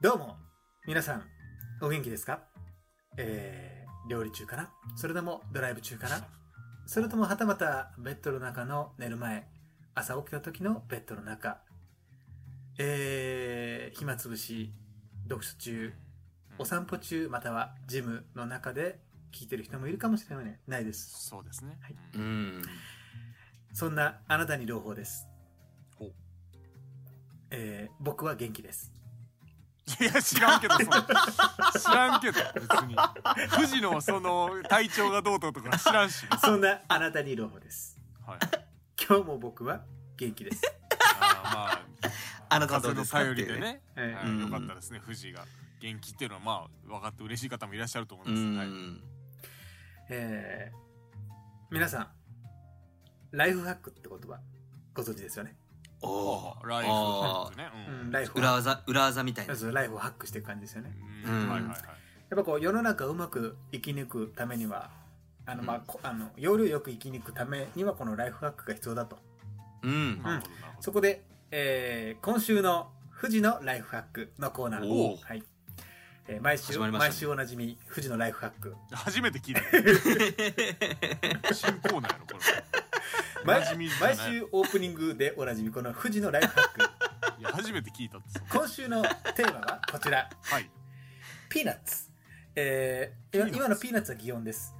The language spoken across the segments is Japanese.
どうも皆さんお元気ですかえー、料理中かなそれともドライブ中かなそれともはたまたベッドの中の寝る前朝起きた時のベッドの中えー、暇つぶし読書中お散歩中またはジムの中で聞いてる人もいるかもしれないないですそうですね。はいうんん。そんなあなたに朗報ですほうえー、僕は元気ですいや知らんけどその知らんけど別に富士のその体調がどうとうとか知らんし。そんなあなたに朗報ですはい。今日も僕は元気です。あーまあなあた風どうでのすか頼っりていでうね。ね。ははいいうんよかったですね富士が元気っていうのはまあ分かって嬉しい方もいらっしゃると思いうます。はい。ん。えー皆さん、ライフハックって言葉、ご存知ですよね。おおあ。ーライフハックね。うん、ライフを裏技裏技みたいな。そうライフをハックしていく感じですよね。うん。ううんんはいはいはい。やっぱこう、世の中をうまく生き抜くためには、あの、まあ、うんこあの、要領よく生き抜くためには、このライフハックが必要だと。うん。なるほどなるほそど。こで、えー今週の富士のライフハックのコーナー。おーはい。えー毎週、始まりましたね毎週おなじみ、富士のライフハック。初めて聞いたよ。新コーナーやろこれ。毎おなじみじゃな毎い週オープニングでおなじみ、この富士のライフハック。いや初めて聞いたって。その今週のテーマはこちらはい。ピーナッツ、えー、今ピーナッツ今のピーナッツは擬音です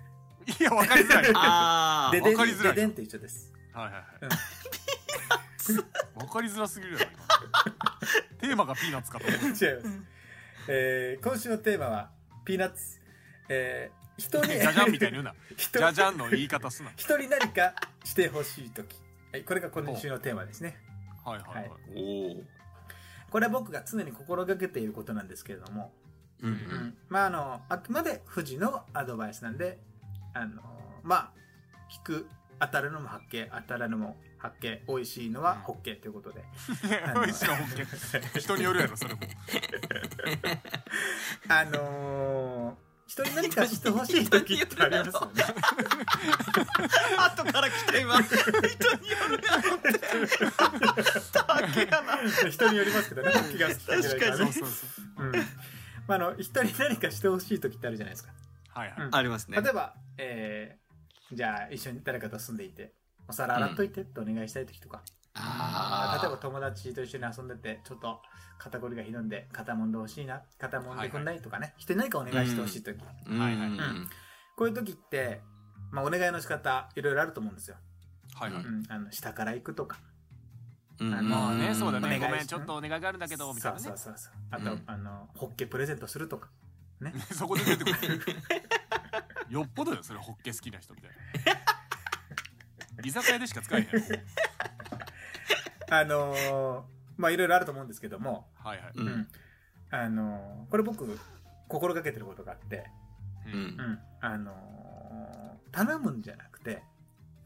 いや分かりづらい。はいああ。ででんわかりづらいででんと一緒ですはいはいうん。 分かりづらすぎるやろ今。テーマがピーナッツかと思っ違います、えー、今週のテーマはピーナッツ、えー、人に てじゃじゃんみたいに言うな。 人じゃじゃんの言い方すな。人に何かしてほしい時はいこれが今週のテーマですねはいはいはいは。おお。これは僕が常に心がけていることなんですけれども、うんう。うんんまああのあくまで富士のアドバイスなんであのまあ聞く当たるのも発見当たらぬも発見美味しいのはホッケということで、あの 美味しいな本家。 人によるやろそれも。あのー、人に何かしてほしい時ってありますよね。後から来た今。人によるなって。だけやな。人によりますけどね、気がつきた確かそにうそうそう。うん。まあ、あの、人に何かしてほしい時ってあるじゃないですか。 はいはい。ありますね例。えば、えー、じゃあ一緒に誰かと住んでいて、お皿洗っといてってお願いしたい時とか、あ例えばあ。友達と一緒に遊んでて、ちょっと肩こりがひどいんで、肩もんでほしいな、肩もんでくんないとかね、人に何かお願いしてほしい時、うんはいはいうんこういう時って、まあ、お願いの仕方、いろいろあると思うんですよ。。はいはいうん、あの下から行くとか。うんあのまあね、そうだお願ね。いごめしん、ちょっとお願いがあるんだけど、みたいなそねう。そうそうそうあと、うんあのホッケプレゼントするとか そこで出てくる。よっぽどよ、それホッケ好きな人みたいな。居酒屋でしか使えへんやろ。あのーまあいろいろあると思うんですけども、はいはい。う。うんあのーこれ僕心がけてることがあって、う。うんんう。んあのー頼むんじゃなくて、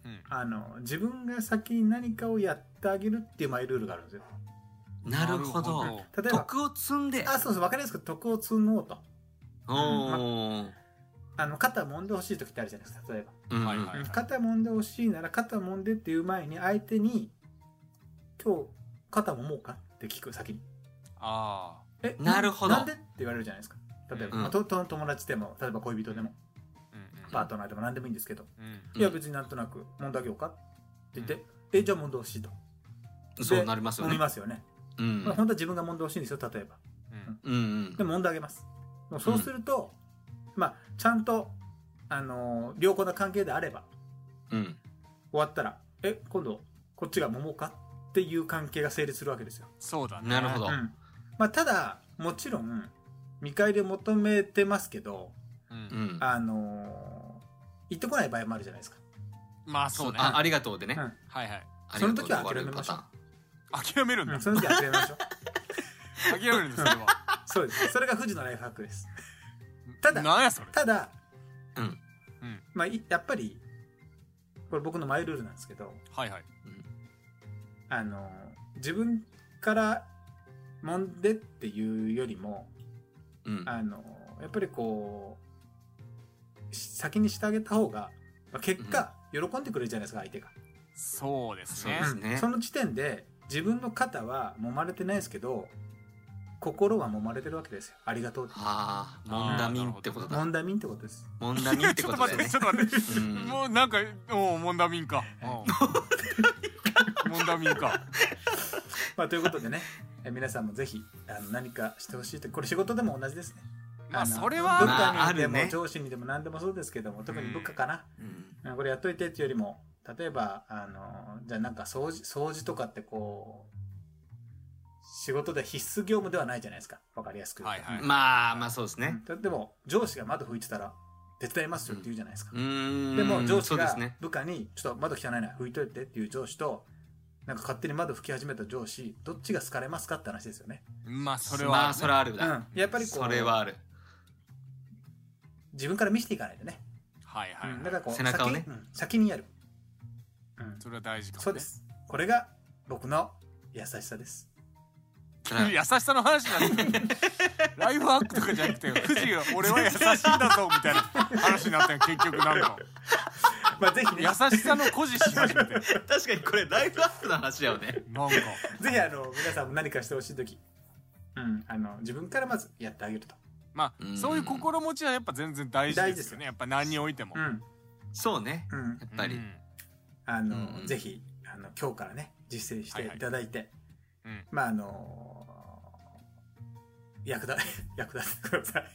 うんあのー自分が先に何かをやってあげるっていうマイルールがあるんですよなるほど。。例えば徳を積んで。あそうそう分かりやすく徳を積もうとおお。あの肩揉んでほしい時ってあるじゃないですか例えば、うんはいはいうん肩揉んでほしいなら肩揉んでっていう前に相手に今日肩揉もうかって聞く先にあえなるほどなんでって言われるじゃないですか例えば、うんまあとと友達でも例えば恋人でもあ。うんうんパートナーでも何でもいいんですけど、うんうんいや別になんとなく「問題あげようか?」って言って「えじゃあ問題欲しい」とそうなりますよ思いね。ますよね、うんまあ、本当は自分が問題欲しいんですよ例えばうんうんでも問題あげますでもそうすると、まあちゃんと、あのー良好な関係であればうん。終わったら「え今度こっちが揉もうか?」っていう関係が成立するわけですよそうだね。なるほどうんまあ、ただもちろん見返りを求めてますけどう。うんん。あのー行ってこない場合もあるじゃないですか。まあそうね。あありがとうでね。うんはいはい。ありがとうでその時は終わる諦めましょうパ諦めるんだ。その時は諦めまし ょう。諦めるんだ、それは。そうです。それが富士のライフハックです。ただなんやそれ。ただ、うんうんまあ、いやっぱり、これ僕のマイルールなんですけど、はいはい。あの、自分から揉んでっていうよりも、ターン。うん。あの、やっぱりこう、し先にしてあげた方が、まあ、結果、喜んでくれるじゃないですか、相手が。そうですそうねで。すねその時点で自分の肩は揉まれてないですけど心は揉まれてるわけですよありがとうってああ、あーモンダミンってことモだ。ンダミンってことですモンダミンっちてょっこととだ待ってよ ねちょ。っと待ってうんもうなんかおうモンダミンかうんモンダミンかまあということで ねえ皆さんもぜひあの何かしてほしいとこれ仕事でも同じですねまあのそれ部はまあ下あにでるもね上司にでも何でもそうですけども特に部下かな、うんあこれやっといてっていうよりも例えばあのじゃあなんか掃除掃除とかってこう仕事で必須業務ではないじゃないですかわかりやすく言うと、はいはいまあまあそうですね。だっても上司が窓拭いてたら手伝いますよって言うじゃないですか、うーん。でも上司そうですがね。部下に「ちょっと窓汚いな拭いといて」っていう上司となんか勝手に窓拭き始めた上司どっちが好かれますかって話ですよね、まあそれまはあそれはあるうだ。ん、やっぱりこうそれはある。自分から見せていかないとね、はいはいうん、だからこう背中をね先,、うん、先にやる、うん、それは大事かもねそうですこれが僕の優しさですそれはある優しさの話になってるライフハックとかじゃなくて富士が俺は優しいんだぞみたいな話になったよ結局なんかまあぜひね優しさの誇示し始めて 確かにこれライフアップの話だよね。なんかぜひあの皆さんも何かしてほしい時、うん、あの自分からまずやってあげると、まうあんそういう心持ちはやっぱ全然大事ですよねやっぱ何においても、んそうね。うん、やっぱり。うんあの、うんぜひあの今日からね実践していただいて、はいうんまああの役立 役立ってください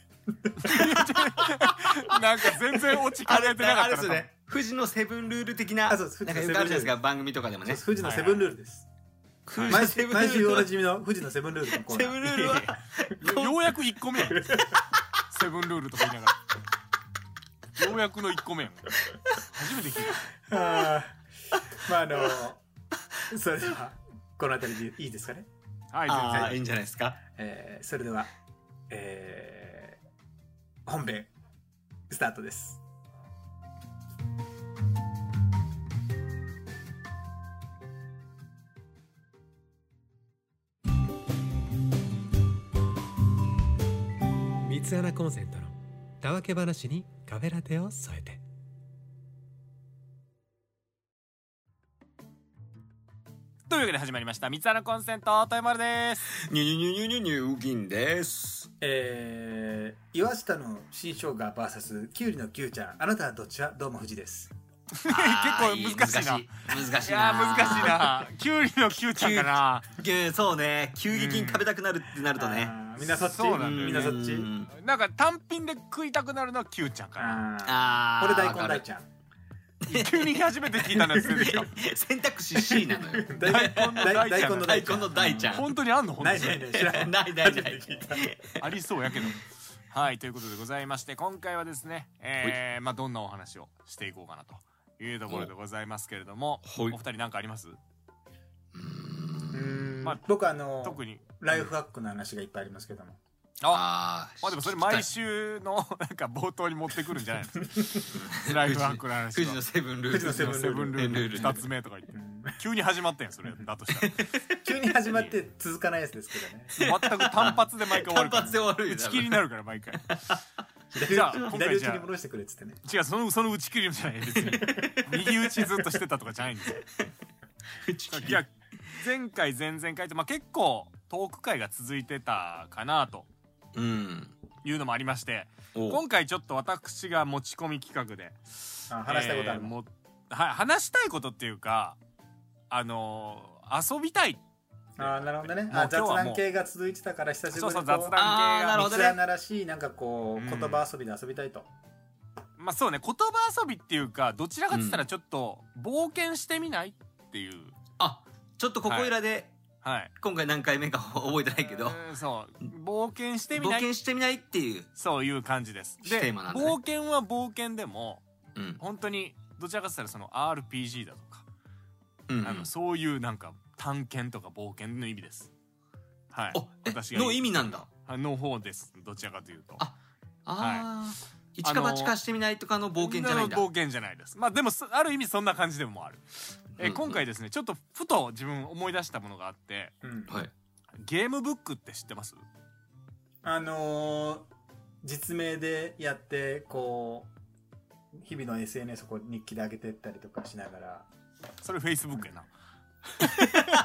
なんか全然落ち考あれえあてなかったれなですね。富士のセブンルール的な。あそうですなんかよくあるじゃないですか、番組とかでもそうねです。富士のセブンルールです、富士の毎セ週ブンル毎ー週ルおは。なセじみの富士のセブンルールのコーナーブンルールは。よようやく1個目やんセブンルールとか言いながらようやくの1個目やん初めて聞いあーまああのそれではこの辺りでいいですかねたはい全あ然あ、いいんじゃないですか。えーそれでは、えー本編スタートです。三つ穴コンセントのたわけ話にカフェラテを添えてというわけで始まりました「三つ穴コンセント」豊丸ですニュニュニュニュニュニュ銀です。えー岩下の新生姜 VS キュウリのキュウちゃんあなたはどっちはどうも藤です。結構難しいな。難しいいな。やー難しい。なキュウリのキュウちゃんか なげそうね。急激うんに食べたくなるってなるとね。あーみんなそっちそうなんだよねみんなそっちうんなんか単品で食いたくなるのはキュウちゃんかなああーーこれ大根わか大るちゃん。急に初めて聞いたのやつ出てきた選択肢 C なのよ。大大根の大大ち大根ゃんの大ちゃ大根ん。の 大ちゃん。本当にあんの本当ないにないない知らない。ないないない。 ありそうやけどはいということでございまして今回はですねえーまあどんなお話をしていこうかなというところでございますけれどもほいお二人何かありますうーんまあ僕あの特にライフハックの話がいっぱいありますけども。ああーまあでもそれ毎週のなんか冒頭に持ってくるんじゃないの ライフハックの話富士のセブンルー富ル。士のセブンセブンルールルール2つ目とか言ってうん急に始まったやんそれだとしたら急に始まって続かないやつですけどね。 全く単発で毎回終わ単るから発で終わるよ打ち切りになるから毎回左じゃあ打ち今左回打ちじゃあに戻してくれっつってね。違うそのその打ち切りじゃない別 に右打ちずっとしてたとかじゃないんですよ打ち切いりや前回前々回と、まあ、結構トーク会が続いてたかなとうん。いうのもありましてお今回ちょっと私が持ち込み企画であ話したいことあえるーもん。もはい話したいことっていうかあのー遊びたいあーなるほどね。もあう雑今日はも談う系が続いてたから久しぶりそうにそこうう雑談系あーなるほがど三つ穴らしいなんかこう、うん言葉遊びで遊びたいとまあそうね言葉遊びっていうかどちらかって言ったらちょっと冒険してみないっていう、あ、ちょっとここいらで、はい今回何回目か覚えてないけど、うんそう冒険してみ冒ない険してみないっていう。そういう感じですでテーマなんだね冒険は冒険でもうん。本当にどちらかと言ったらその RPG だとか、うんあのそういうなんか探検とか冒険の意味ですはいお、私え、がの意味なんだ。あの方ですどちらかというとあああ、一か八かしてみないとかの冒険じゃないんだ。冒険じゃないですまあでもそある意味そんな感じでもある、えうんうん今回ですねちょっとふと自分思い出したものがあってうんはい。ゲームブックって知ってますあのー実名でやってこう日々の SNS をこう日記で上げてったりとかしながらそれフェイスブックやな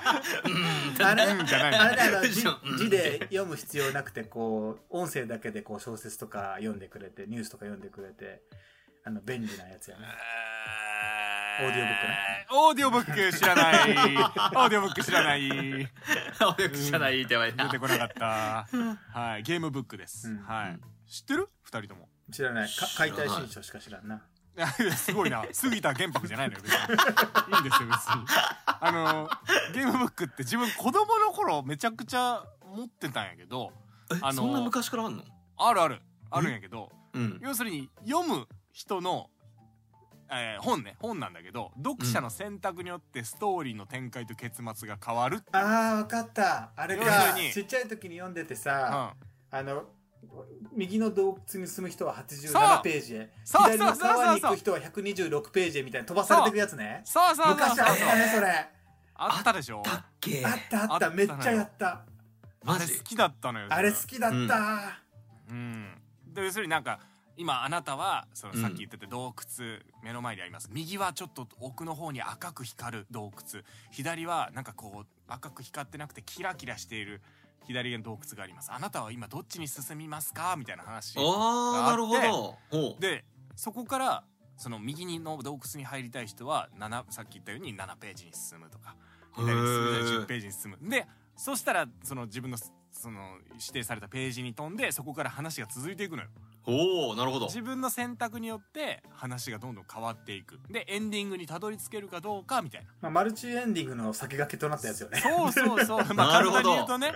あれうんじゃないあれだあので字しょうん字で読む必要なくてこう音声だけでこう小説とか読んでくれてニュースとか読んでくれてあの便利なやつやねオーディオブックねオーディオブック知らないオ ーディオブック知らない出 およくじゃないってばいなてこなかったはいゲームブックです、うんはい知ってる二人とも 知らないか知らな解い体新書しか知らんなすごいな杉田玄白じゃないのよ 別にいいんですよ別にあのゲームブックって自分子供の頃めちゃくちゃ持ってたんやけどえあのそんな昔からあんのあるあるあるんやけどうん要するに読む人の、えー本ね本なんだけど読者の選択によってストーリーの展開と結末が変わるっていう、あーわかったあれか要するにちっちゃい時に読んでてうんさ、あの右の洞窟に住む人はそう87ページへそう左そのうそうそう沢に行く人は126ページへみたいな飛ばされてくやつねそうそうそうそう昔あったねそれあったでしょだっけあったああっったたのめっよちゃやったあマれジ好きだったのよあれ好きだった、うんうんで要するになんか今あなたはそのうんさっき言ってて洞窟目の前にあります、右はちょっと奥の方に赤く光る洞窟左はなんかこう赤く光ってなくてキラキラしている左の洞窟がありますあなたは今どっちに進みますかみたいな話ああなるほあってどほうでそこからその右にの洞窟に入りたい人は7さっき言ったように7ページに進むとか左に進むと10ページに進むでそしたらその自分のその指定されたページに飛んでそこから話が続いていくのよおおなるほど自分の選択によって話がどんどん変わっていくでエンディングにたどり着けるかどうかみたいな まあ、マルチエンディングの先駆けとなったやつよねそうそうそうまあなる簡ほ単にど言うとね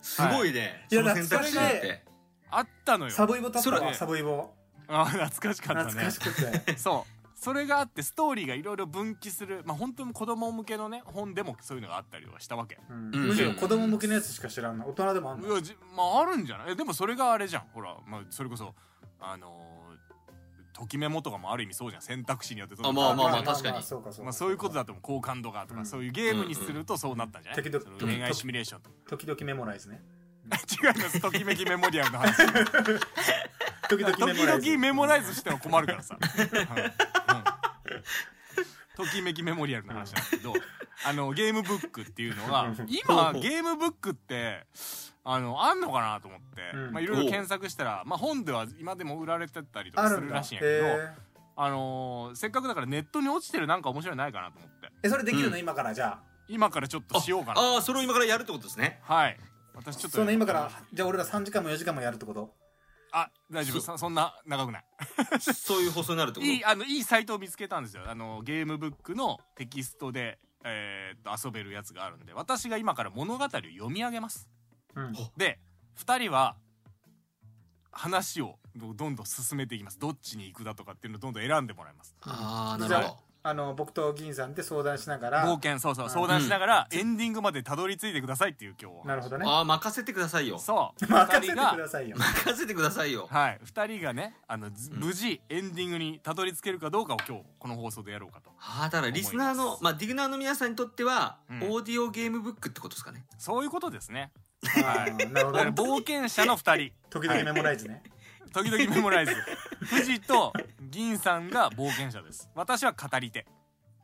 すごいねいやその選択肢だっ懐てあったのよサブイボだったそわれサブイボ あ懐かしかったね懐かしくて、そうそれがあってストーリーがいろいろ分岐するまあ本当に子供向けのね本でもそういうのがあったりはしたわけうんうんむしろ子供向けのやつしか知らんの大人でもあんいのやじまああるんじゃないえでもそれがあれじゃんほら、まあ、それこそあのーときメモとかもある意味そうじゃん選択肢によってどんどんまあまあまあ変わって確かにそうかそうくかまあ、そういうことだと思う好感度がとか、うんそういうゲームにするとそうなったんじゃない、うんうんうんそ時の々恋愛シミュレーションとか時々メモライズね違いますときめきメモリアルの 話時々時メモライズ々メモライズしても困るからさ、うんうんときめきメモリアルの話なんだけど、あのゲームブックっていうの がうん今ゲームブックってあのあんのかなと思って、うんまあいろいろ検索したら、まあ、本では今でも売られてたりとあかるすんるだらしいんやけどへーあのーせっかくだからネットに落ちてるなんか面白いのないかなと思ってえそれできるうのん今からじゃ今からちょっとしようかなああそれを今からやるってことです ねはい私ちあょっとその今からじゃあ俺ら3時間も4時間もやるってことあ大丈夫そそんな長くないそういう放送になるってこといいあのいいサイトを見つけたんですよあのゲームブックのテキストで、えーっと遊べるやつがあるんで私が今から物語を読み上げますうんほで2人は話をどどんどん進めていきますどっちに行くだとかっていうのをどんどん選んでもらいますああなるほじゃどあの僕と銀さんで相談しなが冒ら険そうそううん相談しながら、エンディングまでたどり着いてくださいっていう今日なはるほどねああ任せてくださいよそう任せてく二人がださいよ任せてくださいよはい2人がねあの、ずうん無事エンディングにたどり着けるかどうかを今日この放送でやろうかとああだからリスナー思いのますまあディグナーの皆さんにとってはうんオーディオゲームブックってことですかねそういうことで すねあーなるほどだからね冒険者の2人時々メモライズね時々メモライズ 富士と銀さんが冒険者です私は語り手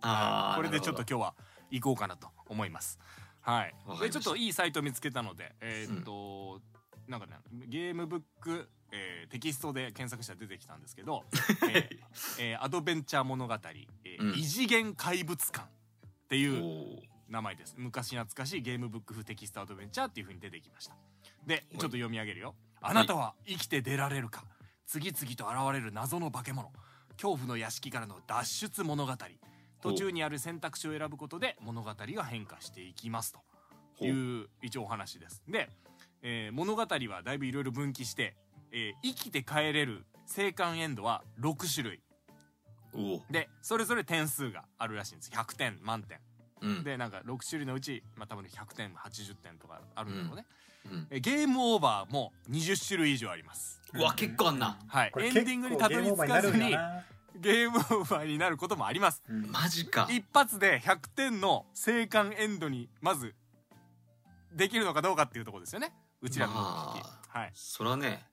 ああこれでちょっとなる今日は行こうかなと思いますはいわかでりましちょたっといいサイト見つけたのでえーっと、なんかねゲームブック、えーテキストで検索したら出てきたんです けど、えーえーアドベンチャー物語、えーうん異次元怪物館っていほうどおー名前です昔懐かしいゲームブック風テキストアドベンチャーっていう風に出てきましたでちょっと読み上げるよあなたは生きて出られるか次々と現れる謎の化け物恐怖の屋敷からの脱出物語途中にある選択肢を選ぶことで物語が変化していきますという一応お話ですで、えー物語はだいぶいろいろ分岐して、えー生きて帰れる生還エンドは6種類おおでそれぞれ点数があるらしいんです100点満点う んでなんか6種類のうち、まあ、多分100点80点とかあるんだろうね、うんえゲームオーバーも20種類以上ありますうわ結構あんなはいこれエン結構ディングにたどり着かずゲームオーバーになるんにだなゲームオーバーになることもありますうんマジか一発で100点の生還エンドにまずできるのかどうかっていうところですよねうちらの目的、まはい、そ らね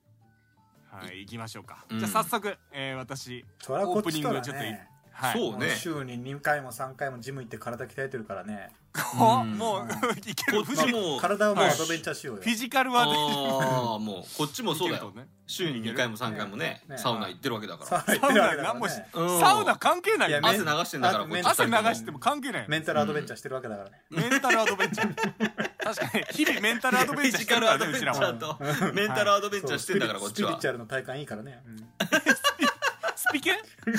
はい、行きましょうか、うんじゃあ早速、えー私そらこっちとオープニングだちょっといねはい、そうね週に2回も3回もジム行って体鍛えてるからねこうんもういけるこっフちジフも体をもうはいアドベンチャーしようよ、ィジカルはねああもうこっちもそうだいよけるとね週に2回も3回もねねサウナ行ってるわけだかサウナ行っサウてるわナけだから、何ね、もしらうんサウナ関係ないいやよめ汗流してんだからこっち汗流二人ともしても関係ないよメンタルアドベンチャーしてるわけだからね、メンタルアドベンチャー確かに日々メンタルアドベフンィ チャージしてるカルかアらドねうちらもベンチャーとメンタルアドベンチャーしてんだからこそうっスちピリはチュアルの体感いいからね、うんスピケスピ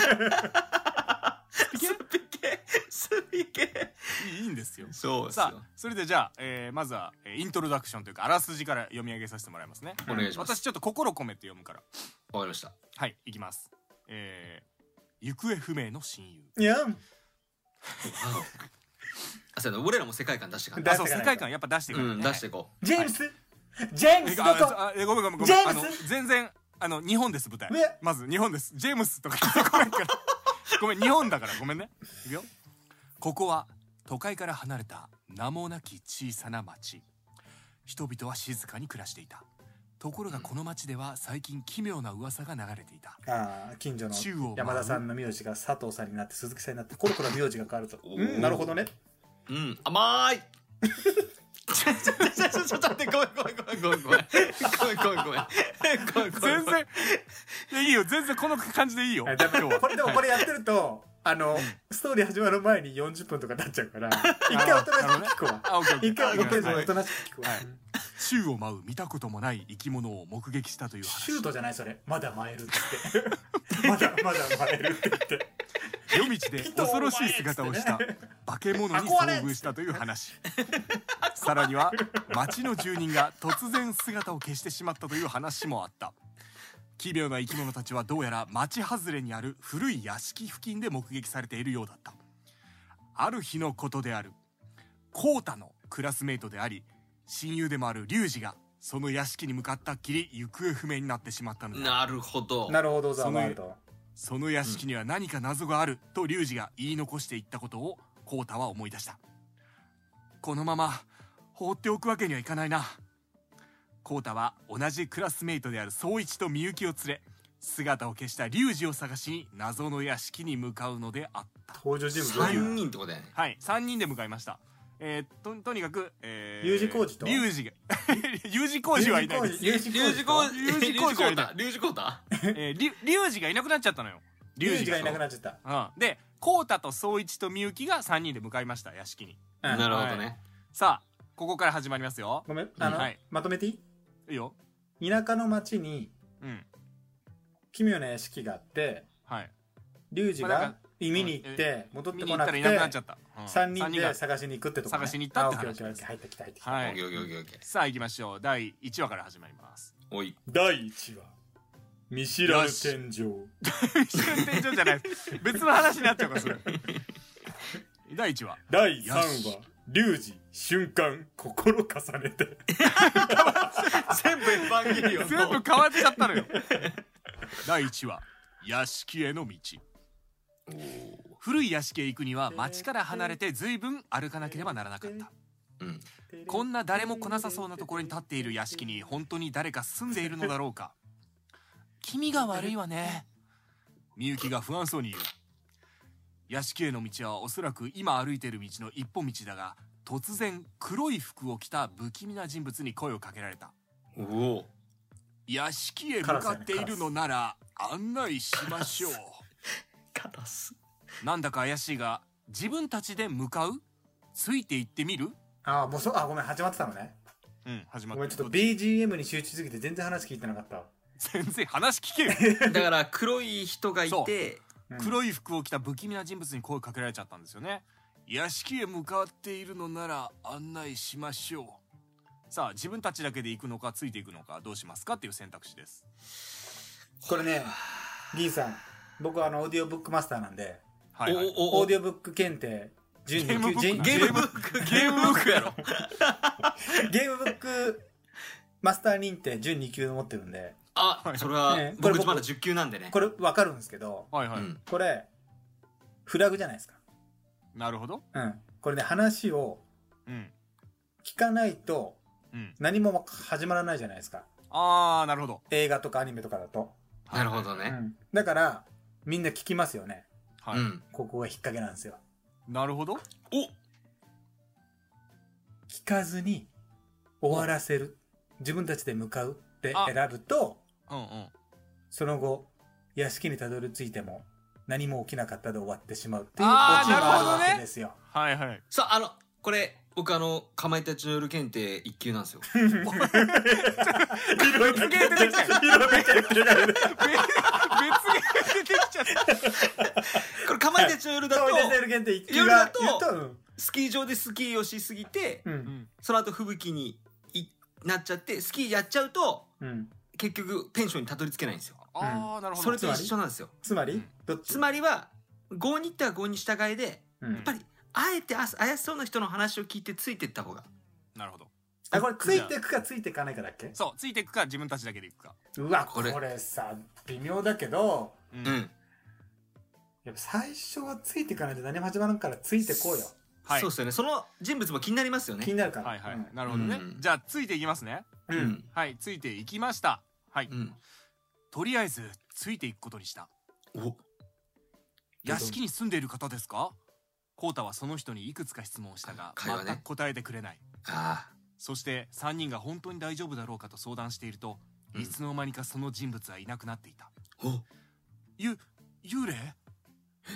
ケスピケいいんですよそうですさよあそれでじゃあ、えーまずは、えーイントロダクションというかあらすじから読み上げさせてもらいますねお願いします私ちょっと心込めて読むからわかりましたはいいきますえー、行方不明の親友いやあそうだ俺らも世界観出してかん出あしなてそうかな世い界観やっぱ出していかうらねん出していこジェームス、ジェームえスあどこあえごめんごめんごジめェんーあムのス全然あの日本です舞台ねまず日本ですジェームスとか聞いてこないからごめん日本だからごめんねいくよここは都会から離れた名もなき小さな町人々は静かに暮らしていたところがこの町では最近奇妙な噂が流れていたああ近所宙を舞のう山田さんの名字が佐藤さんになって鈴木さんになってコロコロ名字が変わるとおうーんなるほどねううん甘いちょちょちょちょちょちょ待ってごめんごめんごめんごめんごめんごめんごめんごめんごめんごめん全然いやいいよ全然この感じでいいよあ今だ日こはれでもこれやってるとあのストーリー始まる前に40分とかなっちゃうから一回おとなしく聞くわあオッケーオッケー一回ごおめんなさいとなしく聞くわはい宙を舞う見たこともない生き物を目撃したという話シュートじゃないそれまだ舞えるって言ってまだまだ舞えるって言って夜道で恐ろしい姿をした化け物に遭遇したという話さらには町の住人が突然姿を消してしまったという話もあった奇妙な生き物たちはどうやら町外れにある古い屋敷付近で目撃されているようだったある日のことである浩太のクラスメートであり親友でもある龍二がその屋敷に向かったっきり行方不明になってしまったのだなるほどなるほどザそのワールドその屋敷には何か謎があると龍二が言い残していったことを浩太は思い出したこのまま放っておくわけにはいかないな浩太は同じクラスメイトである宗一とみゆきを連れ姿を消した龍二を探しに謎の屋敷に向かうのであった登場人物多いな3人ってことだよねはい3人で向かいましたえー、ととにかく、えー、龍二浩二と龍二が 龍二浩二はいないです有事リュウジコ工事リュウジコータリュウジコータえー龍二、がいなくなっちゃったのよ有事がいななくくなっちゃったうん、で浩太と宗一とみゆきが3人で向かいました屋敷にうんなるほどねさあここから始まりますよごめんあのはいまとめていいいよい田舎の町にうん奇妙な屋敷があってはいリュウジまあなんがか見に行って戻って見にこ行っなたくてらいなくなっちゃった、うん3人三でが探しに行くってとこね探しに行ったってあオッ話ケーオッケーオッケー入ってきた入ってきたはオいッケーオッケーオッケーオッケーさあ行きましょう第1話から始まりますおい第1話見知らぬ天井一瞬店長じゃない別の話になっちゃうからそれ第1話第3話リュウジ瞬間心重ねて全部エヴァンゲリオンの全部変わっちゃったのよ第1話屋敷への道おー古い屋敷へ行くには町から離れて随分歩かなければならなかったうんこんな誰も来なさそうなところに立っている屋敷に本当に誰か住んでいるのだろうか気味が悪いわねみゆきが不安そうに言う屋敷への道はおそらく今歩いている道の一本道だが突然黒い服を着た不気味な人物に声をかけられたおお屋敷へ向かっているのなら案内しましょうカラスなんだか怪しいが自分たちで向かうついて行ってみるああもうそあごめん始まってたのねうん始まごめんちょっと BGM に集中しすぎて全然話聞いてなかったわ全然話聞けよだから黒い人がいそうてうん黒い服を着た不気味な人物に声をかけられちゃったんですよね屋敷へ向かっているのなら案内しましょうさあ自分たちだけで行くのかついていくのかどうしますかっていう選択肢ですこれねギーさん僕はあのオーディオブックマスターなんではい、はい、おおオおーディオブック検定準ゲームブック準ゲゲーームブムブッックゲームブックやろゲームブックマスター認定準2級持ってるんであそれはねこれ僕僕まだ10級なんでねこれわかるんですけどはいはいうんこれフラグじゃないですかなるほどうんこれね話をうん聞かないとうん何も始まらないじゃないですかああなるほど映画とかアニメとかだと、なるほどうねんだからみんな聞きますよねはうい、ん。ここが引っ掛けなんですよ。なるほどお聞かずに終わらせる。自分たちで向かうってあ選ぶと、うんうんその後、屋敷にたどり着いても何も起きなかったで終わってしまうっていうオあーチがあるなるほどねわけですよ。はいはい そう、あの、これ、僕あの、かまいたちの夜検定一級なんで すよ。別芸 出てきたよ別芸出てきちゃったこれ、かまいたちの夜だかとわい、いですね限定一級夜がだと言うと、うんスキー場でスキーをしすぎて、う、うんんその後吹雪にいなっちゃって、スキーやっちゃうと、うん。結局、ペンションにたどり着けないんですよ。ああなるほどそれと一緒なんですよ。つまうりん、どっちつまりは、郷に行ったら郷に従いで、うんやっぱり、あえてあ怪しそうな人の話を聞いてついてった方が。なるほどあ、これついてくかついていかないかだっけそうついていくか自分たちだけでいくかうわ、ここれれさ、微妙だけど、うんうん。やっぱ最初はついていかないと何も始まらんからついてこうよ。はいそうですよね。その人物も気になりますよね気。になるから。はいはい、うんなるほどね、うんじゃあついていきますねう。うんん。はいついていきましたはい、うん。とりあえずついていくことにしたお屋敷に住んでいる方ですかコウタはその人にいくつか質問をしたが会話ね全く答えてくれないああ。そして3人が本当に大丈夫だろうかと相談していると、うんいつの間にかその人物はいなくなっていたおゆ幽霊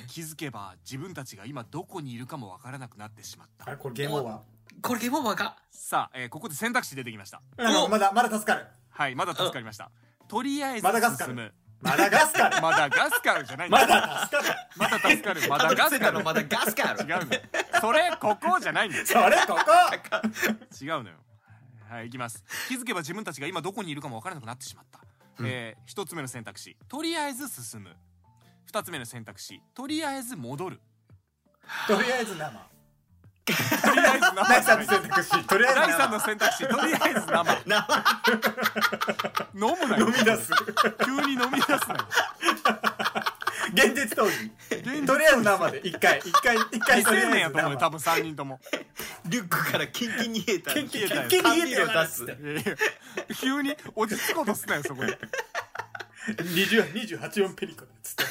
気づけば自分たちが今どこにいるかもわからなくなってしまっあたれ、これゲームオーバこれゲームオーバーか。さあ、えーここで選択肢出てきましたー。あのまだ、まだ助かる。はいまだ助かりましたとりあえずマダガスカル進むまだガスカル。まだガスカルじゃないんだまだ助かる。まだ助かるまだガスカルのまだガスカル。違うのよそれここじゃないんだよそれ、ここ違うのよはい行きます気づけば自分たちが今どこにいるかも分からなくなってしまった、うんえー、1つ目の選択肢とりあえず進む2つ目の選択肢とりあえず戻るとりあえず生。とりあえず生第3の選択肢。とりあえず第生三の選択肢とりあえず生生飲むなよ飲み出す。急に飲み出すなよ現実逃避。現とりあえず生で、一回、一回、一回未とり成年あえやずと思う生よ多。分3人ともリュックからキンキンに冷えた。キンキンに冷えた一気に家でや缶ビールを出出すす。いやいや急に落ち着こうとすなよそこに20 28音ペリコだっつって。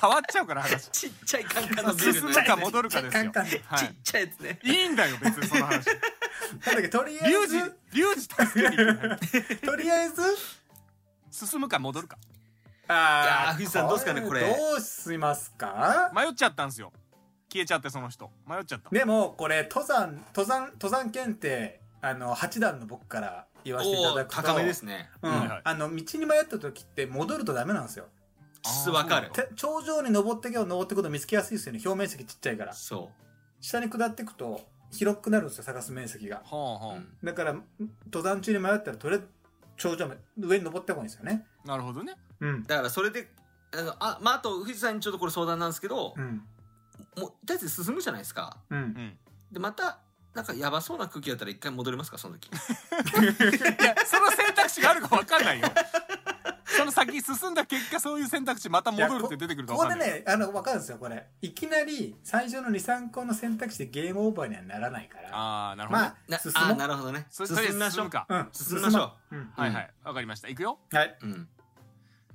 変わっちゃうから話ちっちゃいカンカンのビール進むか戻るかですちっよちゃいカンカンではちっちゃいやつね。い、いいんだよ別にその話なんだっけ、とりあリュえウジず、リュウジ助けに行くとりあえず、進むか戻るかあいやー藤さんどうすかねこれどうしますか迷っちゃったんすよ消えちゃってその人迷っちゃったでも、これ、登山、登山、登山検定、あの、8段の僕から言わせていたおだおくと。高めですね。うんはいはいあの、道に迷った時って戻るとダメなんですよ。すわかるて頂上に登ってけば登ってくと見つけやすいですよね。表面積ちっちゃいから。そ下に下ってくと広くなるんですよ、探す面積が。ほうう。ほうんだから、登山中に迷ったら、とりあえず頂上まで、上に登った方がいいんですよね。うなるほどねうん。だからそれで、あの、あ、まあ、あと、藤さんにちょっとこれ相談なんですけどう、ん。もう、とりあえず進むじゃないですか。う。うん んで、また、なんかやばそうな空気だったら一回戻りますか、その時。いやその選択肢があるか分かんないよ その先進んだ結果そういう選択肢また戻るって出てくるかこ分こかでんないね、あの、わかるんですよ、これ。いきなり、最初の2、3個の選択肢でゲームオーバーにはならないから。ああなるほど、まねあ、な進あ、もなるほどね。そとりあえず進むか、う。うん、進みましょう。うん。はいはい分かりましたいくよはい。うん。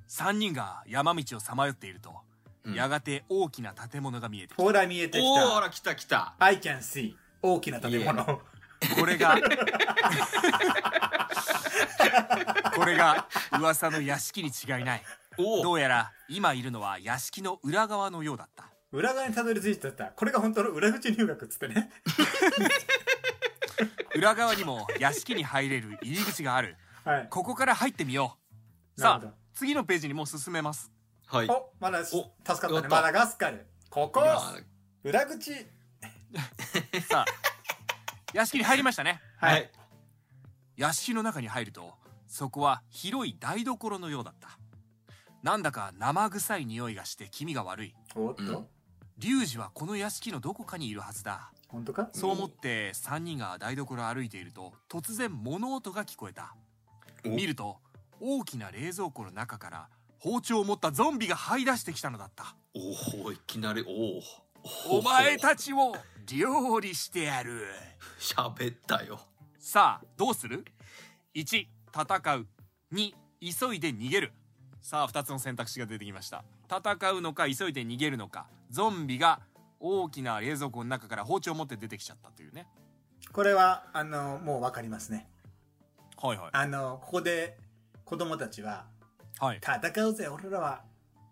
3人が山道をさまよっていると、うんやがて大きな建物が見えてきほら、見えてきおおー、ほた。ら、来た来た。 I can see. 大きな建物。たこれがこれが噂の屋敷に違いないおどお。うやら今いるのは屋敷の裏側のようだった裏側にたどり着いちゃった。これが本当の裏口入学っつってね。裏側にも屋敷に入れる入り口があるはい。ここから入ってみようなるほさどあ次のページにもう進めますはい。お、まだ、助おかったやねっ。たマダガスカル。ここい、や裏口。さあ 屋敷に入りましたねははいい。屋敷の中に入るとそこは広い台所のようだったなんだか生臭い匂いがして気味が悪いおっと、うん龍二はこの屋敷のどこかにいるはずだ本当かそう思って3人が台所を歩いていると突然物音が聞こえたお見ると大きな冷蔵庫の中から包丁を持ったゾンビが這い出してきたのだったおお、いきなり、おお。お前たちを料理してやる喋ったよ。さあどうする1戦う2急いで逃げるさあ2つの選択肢が出てきました戦うのか急いで逃げるのかゾンビが大きな冷蔵庫の中から包丁を持って出てきちゃったというねこれは、あの、もうわかりますね。はいはあの、ここで子供たちは、いはい戦うぜ、俺らは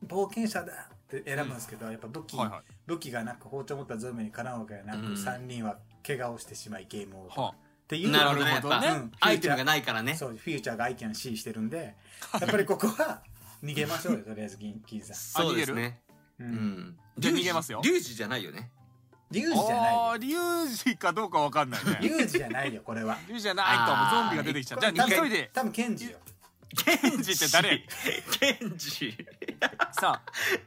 冒険者だって選ぶんですけど、やっぱ武器、はいは武器がなく包丁持ったゾンビにかなうわけがなく、うん3人は怪我をしてしまいゲームを。いはっていうなるほどね。やなるっほどねうぱんアイテムがないからね。そう、フューチャーがアイキャン C してるん で、やっぱりここは逃げましょうよ、とりあえず、銀銀さん。そうですね。うう。ん。じゃあ逃げますよリュウジじゃないよね。リュウジじゃないあよ。ーリュウジかどうかわかんないねリュウジじゃないよ、これは。リュウジじゃないかもうあーゾンビが出てきちゃうじゃ多あ分急いで多分ケンジよ。ケンジって 誰ケンジ。さあ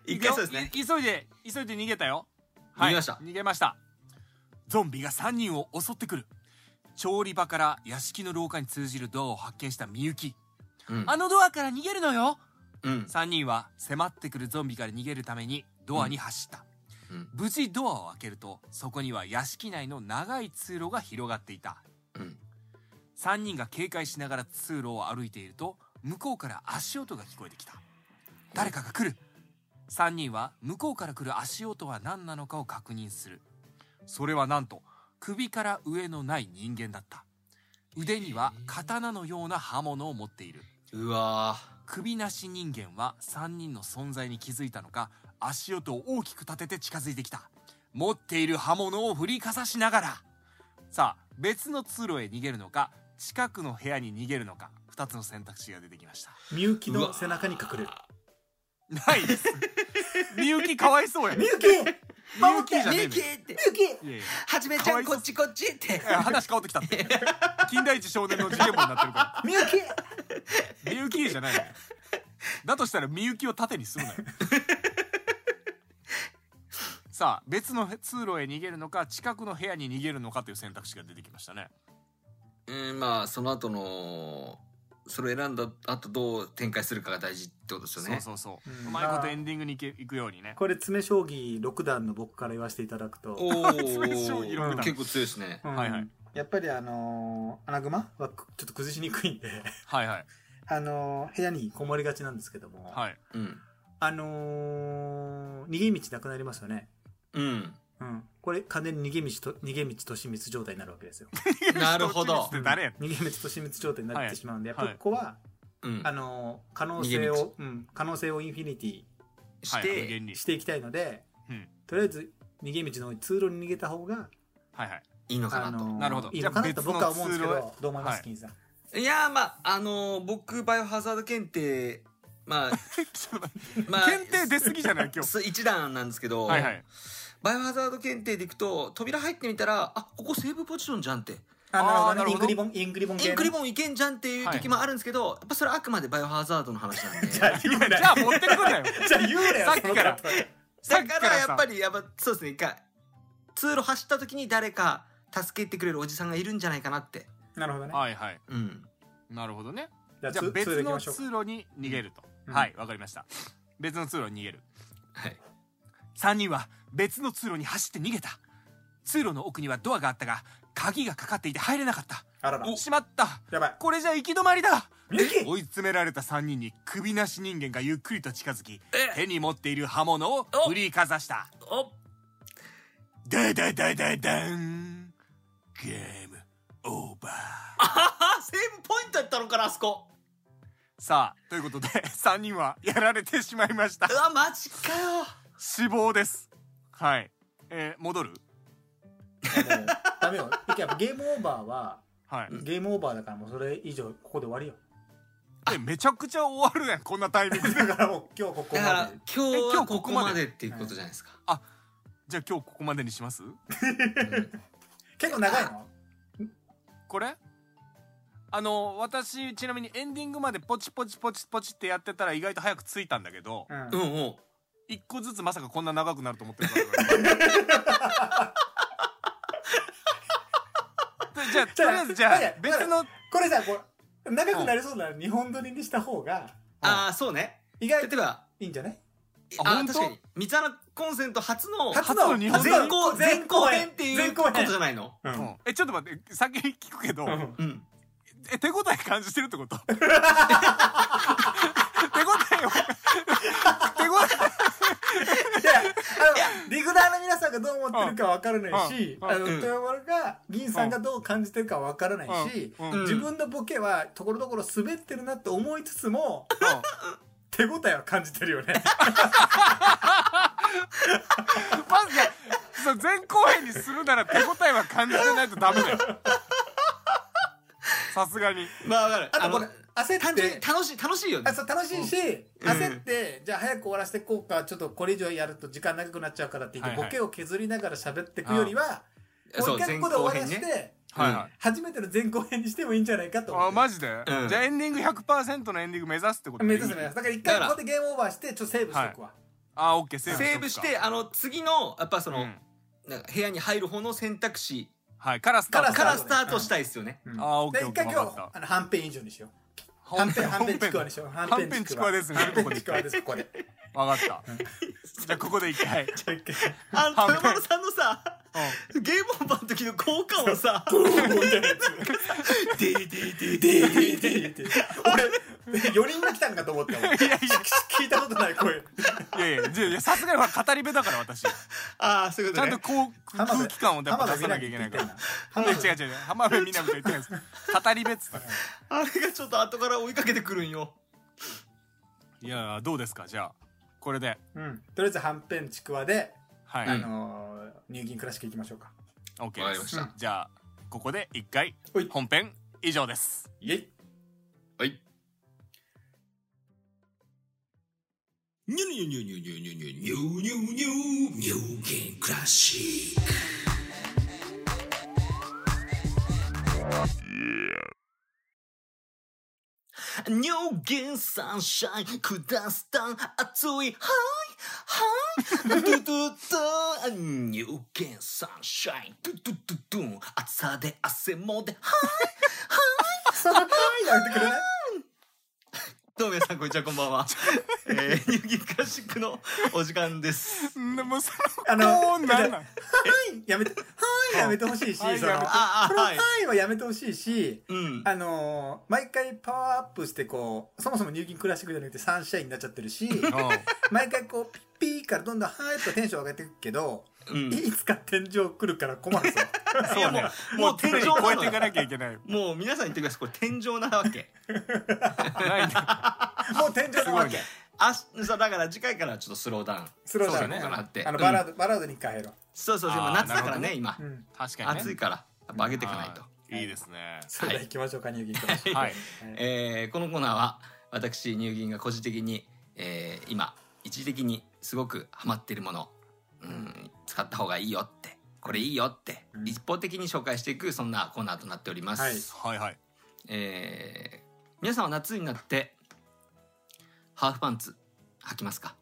一回そうですね。い急いで急いで逃げたよ逃げました逃げましたゾンビが3人を襲ってくる調理場から屋敷の廊下に通じるドアを発見したみゆきうんあのドアから逃げるのようん。 3人は迫ってくるゾンビから逃げるためにドアに走った、うん無事ドアを開けるとそこには屋敷内の長い通路が広がっていたうん3人が警戒しながら通路を歩いていると向こうから足音が聞こえてきた誰かが来る3人は向こうから来る足音は何なのかを確認するそれはなんと首から上のない人間だった腕には刀のような刃物を持っているうわ首なし人間は3人の存在に気づいたのか足音を大きく立てて近づいてきた持っている刃物を振りかざしながらさあ別の通路へ逃げるのか近くの部屋に逃げるのか2つの選択肢が出てきましたみゆきの背中に隠れる。ないですみゆきかわいそうやみみゆゆききじゃー。ねえミのキよって。ゆいやいやはじめちゃんこっちこっちってい。や話変わってきたって金田一少年の事件簿になってるかきみゆきらみゆきじゃないのよだとしたらみゆきを盾にす るなよさあ別の通路へ逃げるのか近くの部屋に逃げるのかという選択肢が出てきましたねうん、まあ、その後の、それ選んだ後どう展開するかが大事ってことですよそねう。そうそう、うんうまいことまあエンディングにいけいくようにねこれ詰将棋6段の僕から言わせていただくと、お そういろいろー結構強いですね。うんはいはいやっぱりあのー、穴熊はくちょっと崩しにくいんで はいはいあのー、部屋にこもりがちなんですけども、はいうん。あのー、逃げ道なくなりますよねうん。うんこれ完全に逃げ道と逃げ道と親密状態になるわけですよなるほど 人を打ち抜いて誰や逃げ道と親密状態になってしまうんで、はいやっぱりここは、うんあ。のー可能性逃を、うん、可能性をインフィニティしはい、無て、限にしていきたいので、うんとりあえず逃げ道の多い通路に逃げた方がはいはいいいのかあなと。のなるほどいいのかなじゃあと僕は思うんですけど別のどう思います、はい金さんいやーまああのー僕バイオハザード検定 まあまあ検定出すぎじゃない今日す一段なんですけど、はいはいバイオハザード検定でいくと扉入ってみたらあここセーブポジションじゃんってああーなるほどねインなクるリほボンインクリボンインクリンボンいけんじゃんっていう時もあるんですけど、やっぱそれはあくまでバイオハザードの話なんで じゃあ言うなよ じゃあ持ってくんなよじゃあ言うなよさっきからそのことさっだきかかららさやっぱりやっぱそうですね一回通路走った時に誰か助けてくれるおじさんがいるんじゃないかなってなるほどねはいはいうんなるほどねじゃあじゃあつ通路別行きのましょう通路に逃げると、うんはいわかりました別の通路に逃げるはい3人は別の通路に走って逃げた通路の奥にはドアがあったが鍵がかかっていて入れなかったあららしまったやばいこれじゃ行き止まりだみゆき追い詰められた3人に首なし人間がゆっくりと近づき手に持っている刃物を振りかざしたおでででででんゲームオーバーあセーブポイントやったのかなあそこさあということで3人はやられてしまいましたうわマジかよ死亡ですはいえー、戻るもうダメよやっぱゲームオーバーははいゲームオーバーだからもうそれ以上ここで終わりよえめちゃくちゃ終わるやんこんなタイミングで だからもう今日ここだからまで今え日今は日ここここまでまでっていうことじゃないですか、じゃあ今日ここまでにしますうん結構長いのこれあの私ちなみにエンディングまでポチポチポチポチってやってたら意外と早く着いたんだけどうんうんうん。一個ずつまさかこんな長くなると思ってなかった からでじゃあとりあえずじゃあいやいや別のこれさこう長くなりそうなら日本撮りにした方がああ、そうね。意例外えとば、いいんじゃないああ本当ー、確かに。三つ穴コンセント初の初の日本撮り前後、前後編ってい前うこ後と編じゃないのううんえちょっと待って先に聞くけど、んうん。 え手応え感じてるってこと手応えをさんがどう思ってるかわからないし、うんあの、うん豊丸が銀さんがどう感じてるかわからないし、うんうん自分のボケはところどころ滑ってるなって思いつつも、手応えは感じてるよね。まずじゃあそう前後編にするなら手応えは感じてないとダメだよ さすがにまあわかるあとこれの、焦っ単純にて、楽しい楽しいよねあそう楽しいし、焦って、じゃあ早く終わらせていこうか、ちょっとこれ以上やると時間長くなっちゃうからって言って、はいはいボケを削りながら喋っていくよりは、もそう一う回前ここで後終わら編せねて、はいはい初めての前後編にしてもいいんじゃないかと思ってあマジで、うんじゃあエンディング100%のエンディング目指すってこと目指す目指すだから一回だかこらこでゲームオーバーしてちょっとセーブしとくわ、あオッケーセセーブーブしてあの次のやっぱそその、の、うんなんか部屋に入る方の選択肢はいからスタートかからスタートしたいですよね、うんあーオッケでーオ一ッケー回今わかっ日あのはんぺん以上にしようは本んぺん編はんぺんちくわに分しようはんぺんちくわですねはんぺんちくわですここでかったじゃあここで一回、うん、じゃあ 一回あの半分豊丸さんのさゲームオーバーの時の効果をさディデ ィディディディディディ俺4人が来たんかと思ったわいやい聞いたことない声やいやいやじゃあいやさすがに語り部だから私ちああそう いうこゃとんねとこう浜空空辺気感をやっぱ出さなきゃいけないから浜 辺違う違う違う浜辺みなみと言ってないです語り部っつったあれがちょっと後から追いかけてくるんよいやどうですかじゃあこれでうんとりあえずはんぺんちくわで、はい、あのー、ニューギンクラシックいきましょうかオッケーわかりでましすたうんじゃあここで一回ほい本編以上ですイェイはいニュニュニュニュニュニュニュニュニュニュニュゲンクラシックニューゲンサンシャインくだすたん熱いはいはいドゥドゥドゥンニューゲンサンシャインドゥドゥドゥドゥン暑さで汗もではいはいやめてくれないどうも皆さんこんにちはこんば んは、えー、ニューゲンクラシックのお時 間ですんでもうそあののこうなんなんはいやめてはいやめてほしいしそはのいそやのめてああはいはいはやめてほしいしうんあのー毎回パワーアップしてこう、そもそも入金クラシックじゃなくてサンシャインになっちゃってるし、毎回こう、ピッピーからどんどんはいとテンション上げていくけど、うんいつか天井来るから困るぞ。いやもうもう天井な超えのていかよなきゃいけないよもう皆さん言ってくださいこれ天井なわけないん だもう天井なわけ。あそうだから次回からちょっとスローダウンスローダウンそうだね笑ってあの、バラード、バラードに変えろ。そうそうでもあー夏だなからるほどねね今うん。確かにね暑いからやっぱ上げていかないとはいいいですねそれでは行きましょうか、入金クラシック。はいえーこのコーナーは私乳銀が個人的に、えー今一時的にすごくハマってるもの、うん、使った方がいいよってこれいいよって、うん一方的に紹介していくそんなコーナーとなっております、はいはいはいえー皆さんは夏になってハーフパンツ履きますか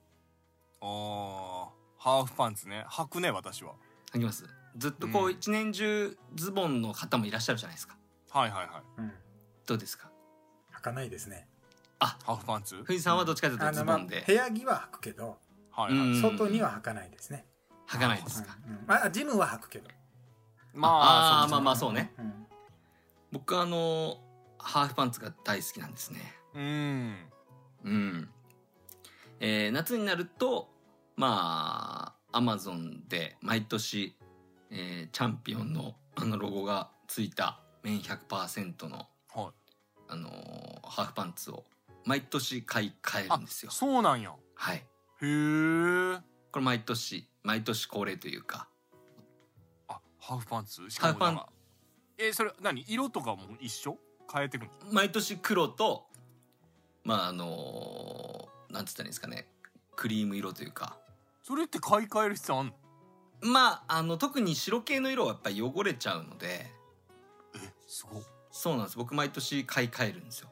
あーハーフパンツね履くね私は履きますずっとこううん一年中ズボンの方もいらっしゃるじゃないですかはいはいはういん。どうですか履かないですね。ハーフパンツはい藤井さんはどっちかというあとズの、ボまあ、ンで部屋着は履くけど、はい、うん外には履かないですね。履かないですか、うんうんまあ、ジムは履くけど。まあああまあまあそうねうん。僕はあのハーフパンツが大好きなんですねううんうん、えー夏になるとまあアマゾンで毎年、えーチャンピオンのあのロゴがついた綿100%の、はいあのーハーフパンツを毎年買い替えるんですよそうなんやはいへえこれ毎年毎年恒例というかあハーフパンツしかもハーなフんパかえそれ何色とかも一緒変えてくの毎年黒とまああのーなんつったらいいんですかねクリーム色というかそれって買い替える必要あんのまああの特に白系の色はやっぱり汚れちゃうのですごっそうなんです僕毎年買い替えるんですよ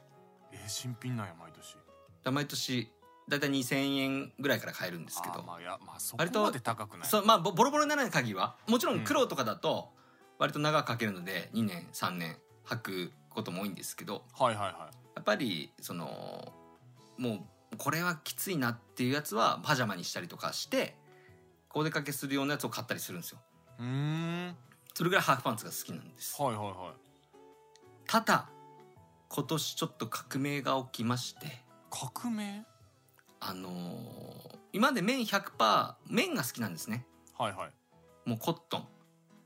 えー新品なんや毎年だ毎年だいたい2,000円ぐらいから買えるんですけあどーまあいやまあそこ割とまで高くないそうまあボボロボロにならない限りはもちろん黒とかだと割と長く履けるので2年3年履くことも多いんですけどはいはいはやっぱりそのもうこれはきついなっていうやつはパジャマにしたりとかしてこうお出かけするようなやつを買ったりするんですよいうーんはいそれぐらいハーフパンツが好きなんですはいはいただ今年ちょっと革命が起きまして革命あのー今まで麺100%麺が好きなんですねはいはいもうコットン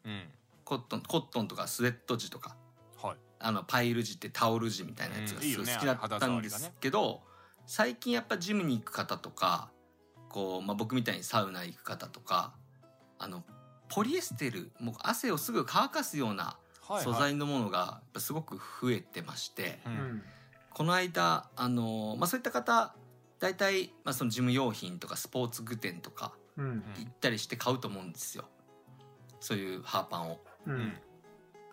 うんコットンコットンとかスウェット地とかはいあのパイル地ってタオル地みたいなやつうがんいいすよごいね好きだったんですけど、最近やっぱジムに行く方とかこう、まあ、僕みたいにサウナ行く方とかあのポリエステルもう汗をすぐ乾かすようなはい素はい材のものがやっぱすごく増えてまして、ううんんこの間あの、まあ、そういった方大体、まあ、そのジム用品とかスポーツ具店とかうん行ったりして買うと思うんですよそういうハーパンを。うんうん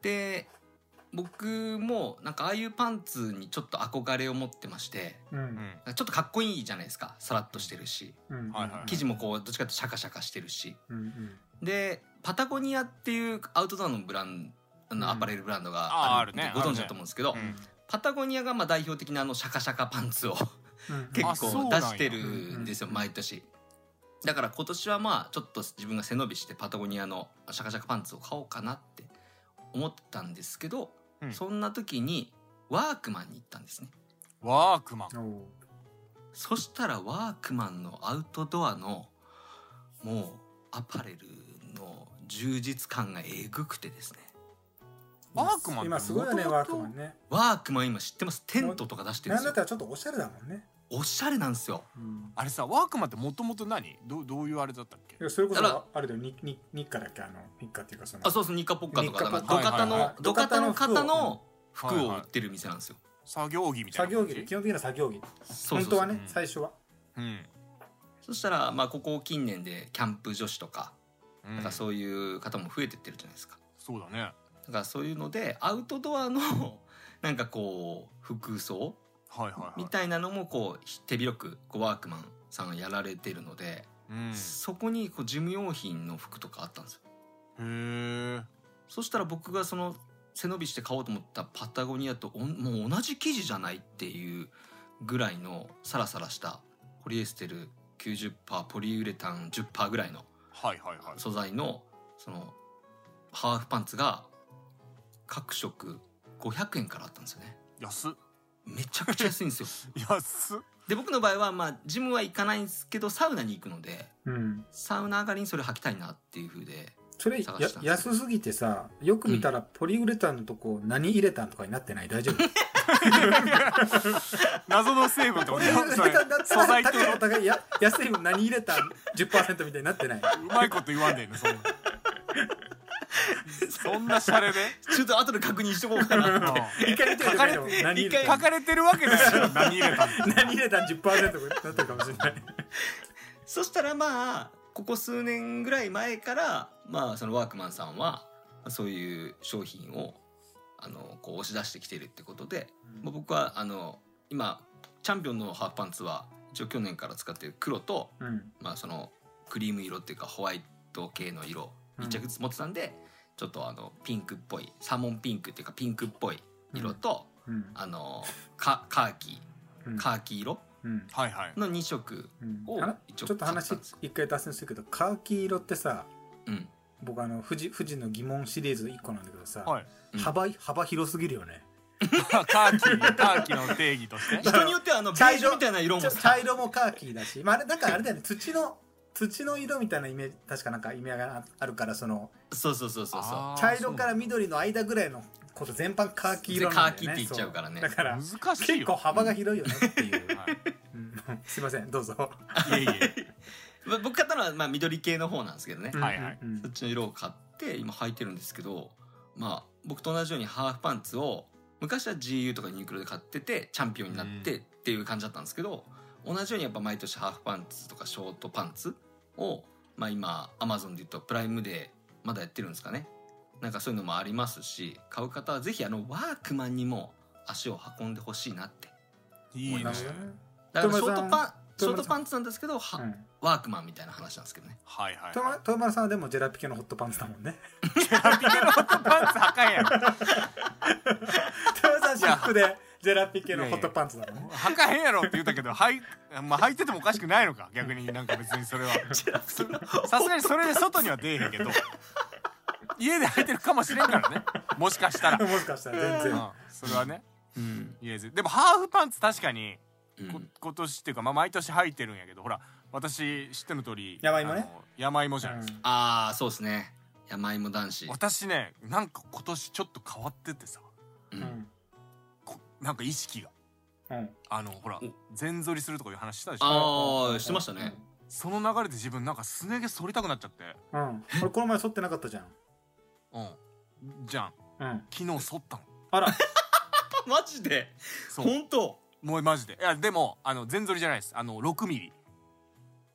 で僕もなんかああいうパンツにちょっと憧れを持ってましてううんんちょっとかっこいいじゃないですかさらっとしてるしうんはいはい生地もこうどっちかというとシャカシャカしてるしうんうんでパタゴニアっていうアウトドアのブランあうんのアパレルブランドあーがああるるねご存知だと思うんですけど、うんパタゴニアがまあ代表的なあのシャカシャカパンツをうん結あそう構なんや出してるんですようん毎年だから今年はまあちょっと自分が背伸びしてパタゴニアのシャカシャカパンツを買おうかなって思ったんですけど、うんそんな時にワークマンに行ったんですねワークマンおうそしたらワークマンのアウトドアのもうアパレルの充実感がえぐくてですねワークマンって今すごいよね元々ワークマンねワークマン今知ってますテントとか出してるんなでんだすよったらちょっとおしゃれだもんねおしゃれなんですようんあれさワークマンってもともと何どうどういうあれだったっけいやそれこだからそあれだよ日日日課だっけあの日課っていうかそのあそうそうニッカポッカとかだからニッカポ土ッカはいは方いのはい土方の方の土方の服服をを売ってる店なんですよ作業着みたい作な業感着じで基本的な作業着そうそう本そう当はねうん最初はうんそしたらまあここ近年でキャンプ女子とかうんなんかそういう方も増えてってるじゃないですかそうだねだからそういうのでアウトドアの なんかこう服装はいはいみはいたいなのもこう手広くこうワークマンさんがやられてるので、うんそこにこう事務用品の服とかあったんですよへえそしたら僕がその背伸びして買おうと思ったパタゴニアとおんもう同じ生地じゃないっていうぐらいのサラサラしたポリエステル90%ポリウレタン10%ぐらいのはいはいはい素材のそのハーフパンツが各色500円からあったんですよね安っめちゃくちゃ安いんですよ安っで僕の場合はまあジムは行かないんですけどサウナに行くのでうんサウナ上がりにそれ履きたいなっていう風でそれや探したんです安すぎてさよく見たらポリウレタンのとこ何入れたんとかになってない大丈夫謎の成分ってポ ことリだよウそレれタンだって素材と高いお互いや安い分何入れたん10%みたいになってないうまいこと言わんでいいの そんなそんなシャレでちょっと後で確認しとこうかな ああ一回見てみてもいいよ書何入れた書んかれてるわけですよ何入れたの何入れたん10%とかなってるかもしれないそしたらまあここ数年ぐらい前からまあそのワークマンさんはそういう商品をあのこう押し出してきてるってことで、まあ、僕はあの今チャンピオンのハーフパンツは一応去年から使ってる黒と、うんまあ、そのクリーム色っていうかホワイト系の色うん一着ずつ持ってたんで、ちょっとあのピンクっぽいサーモンピンクっていうかピンクっぽい色と、うんあのカカーキうんカーキ色うんはいはいの2色うんをあら一ち応ょっと買っ話たんです一回脱線するけどカーキ色ってさうん僕あの富士富士の疑問シリーズ1個なんだけどさ、はいうん幅幅広すぎるよねカーキカーキの定義として人によってはあのベ茶色ージュみたいな色もちょさ茶色もカーキーだし、まあ、あれだからあれだよね土の土の色みたいなイメージ確かなんか意味合いがあるからそのそうそうそうそうそあー茶色から緑の間ぐらいのこと全般カーキ色なんだよねカーキって言っちゃうからねそうだからそう難しい結構よ、幅が広いよねっていう、はいうんすいませんどう ぞいえいえうま僕買ったのはまあ緑系の方なんですけどね、はいはいうんそっちの色を買って今履いてるんですけどまあ僕と同じようにハーフパンツを昔は GU とかユニクロで買っててチャンピオンになってっていう感じだったんですけど、同じようにやっぱ毎年ハーフパンツとかショートパンツをまあ今アマゾンで言うとプライムでまだやってるんですかねなんかそういうのもありますし買う方はぜひあのワークマンにも足を運んでほしいなっていいねなるほどねだからショート友パン達ショートパンツなんですけど、はうんワークマンみたいな話なんですけどね。はいはいとまトーマルさんはでもジェラピケのホットパンツだ もんねラピケのホットパンツはかんやろトーマルさん私服でジェラピケのホットパンツだもんねはかへんやろって言ったけどはい、まあ、履いててもおかしくないのか逆になんか別にそれはさすがにそれで外には出えへんけど家で履いてるかもしれんからねもしかしたら、うもしかしたら全然ん、それはねうん、言えずでもハーフパンツ確かにうんこ今年っていうか、まあ、毎年履いてるんやけどほら私知っての通り山芋ねあの山芋じゃないですか、うああそうですね山芋男子私ねなんか今年ちょっと変わっててさうんんこなんか意識がうんうんあのほらお全全剃りするとかいう話したでしょああしてましたねその流れで自分なんかすね毛剃りたくなっちゃってうん俺この前剃ってなかったじゃんうんじゃんうん昨日剃ったのあらあマジでそう本当もうマジでいやでもあの全剃りじゃないですあの6ミリ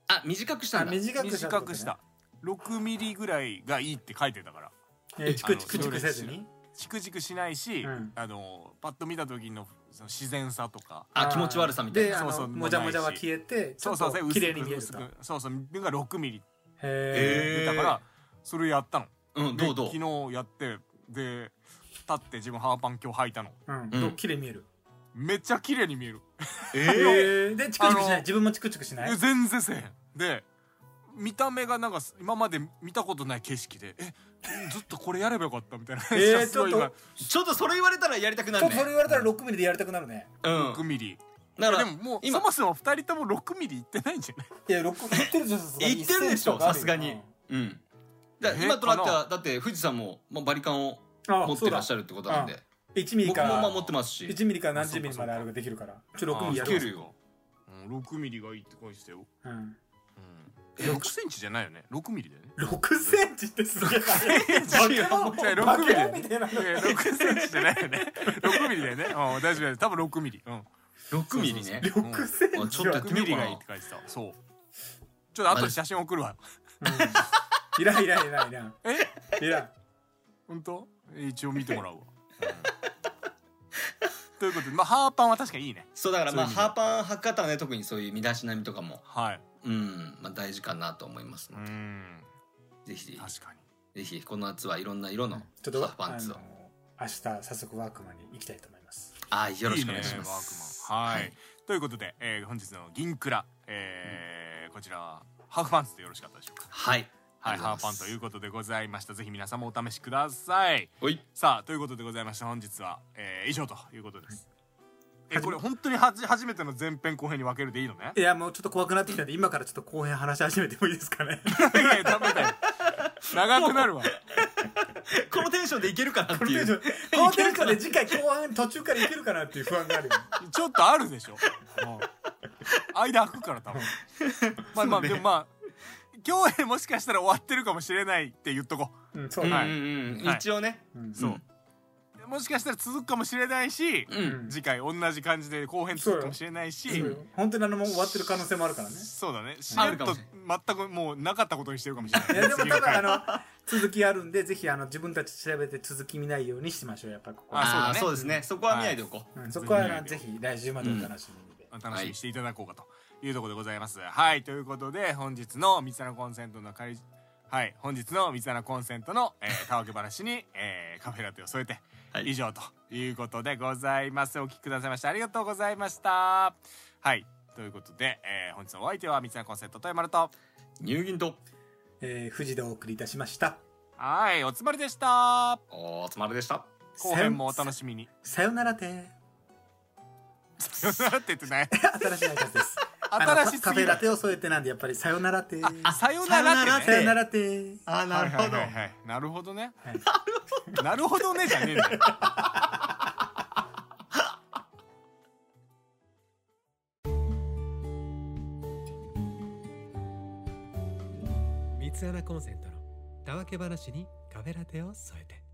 あ短くしたあんだ短くしたって短ことくねした6ミリぐらいがいいって書いてたからえーチクチクチクせずにチクチクしないし、うんあのパッと見た時のその自然さとかあ気持ち悪さみたいでなあのそうそうもじゃもじゃは消えてちそょうっそうとそう薄く綺麗に見える薄とくそうそう目が6ミリへへー出たからそれやったのうんでどうどう昨日やってで立って自分ハーパン今日履いたのえうんうんどう綺麗に見えるめっちゃ綺麗に見えるへえでチクチクしなあのい自分もチクチクしないえ全然せえへんで見た目がなんか今まで見たことない景色でえずっとこれやればよかったみたいなえー すごいちょっと今ちょっとそれ言われたらやりたくなちょるっとそれ言ねわれたら6ミリでやりたくなるねうん6ミリだでからももう今そもそも2人とも6ミリいってないんじゃないいや6いってるじゃんさすがにいってる一でしょセンチとかあるよさすがにうんだからえ今となってかはだって富士山ももうバリカンをあ持っそてうらだっしゃるってことなんで1ミリ僕かもまあら持ってますし1ミリから何十ミリまであれができるからちょっと6ミリいやけろるようん6ミリがいいって感じしたよ、う、うん、うん、6センチじゃないよね6ミリだ よね6センチってすげえバ違う違うカ6ミリだよみねたいな6センチじゃないよね6ミリだ よねうん大丈夫だよ多分6ミリうん6ミリね6センチはあちょっとやって6みミよリうかながいいって書いてたそうちょっと後で写真送るわうんいらんいらんいらんいらんえいらん本当一応見てもら うわ、ということでまあハーパンは確かにいいねそうだからまあそういう意味でハーパン履き方はね特にそういう身だしなみとかもはいうんまあ大事かなと思いますうのでんぜひ確かにぜひこの夏はいろんな色のちょっとハーパンツをあの明日早速ワークマンに行きたいと思いますあーよろしくお願いしねますワークマンはい、はいということで、えー本日の銀クラ、えーこちらはハーフパンツでよろしかったでしょうかははいいハありがーござパまンすということでございましたぜひ皆さんもお試しくださいおいさあということでございまして本日は、えー以上ということです、えこれ本当にはじ初めての前編後編に分けるでいいのねいやもうちょっと怖くなってきたんで今からちょっと後編話し始めてもいいですかねいや いやダメだよ長くなるわこのテンションでいけるかなってこのテいンションうこのテンションで次回後半途中からいけるかなっていう不安があるよちょっとあるでしょ。もう間空くから多分。まあまあ、でもまあ今日もしかしたら終わってるかもしれないって言っとこうんそううんうだはねいんうんはい一応ねうんそうう。もしかしたら続くかもしれないし、うんん次回同じ感じで後編続くかもしれないし、そうよ本当にあのもう終わってる可能性もあるからねそうだね。しあれるっかともし全くもうなかったことにしてるかもしれないいやでも次多の分あ回。の続きあるんでぜひあの自分たち調べて続き見ないようにしましょうやっぱここはあそうだねあーそうですねそこは見ないでおこううんそこはあのぜひ来週までお楽しみにで、楽しみにしていただこうかというところでございます。はい、ということで本日の三つ穴コンセントの仮はい本日の三つ穴コンセントの、えー、たわけ話に、えーカフェラテを添えて、はい以上ということでございます。お聞きくださいましてありがとうございました。はいということで、えー本日のお相手は三つ穴コンセントと山田と入銀とえー、富士でお送りいたしましたはいおつまりでした。おつまるでした後編もお楽しみに。 さよならて さよならって言ってない。新しい挨拶ですあの新しすぎるカフェラテを添えてなんでやっぱりさよならてあさよならってさね。よならてあはいはいはいはいなるほどねはい。なるほどねじゃねえんだよ。 三つ穴コンセントのたわけ話にカフェラテを添えて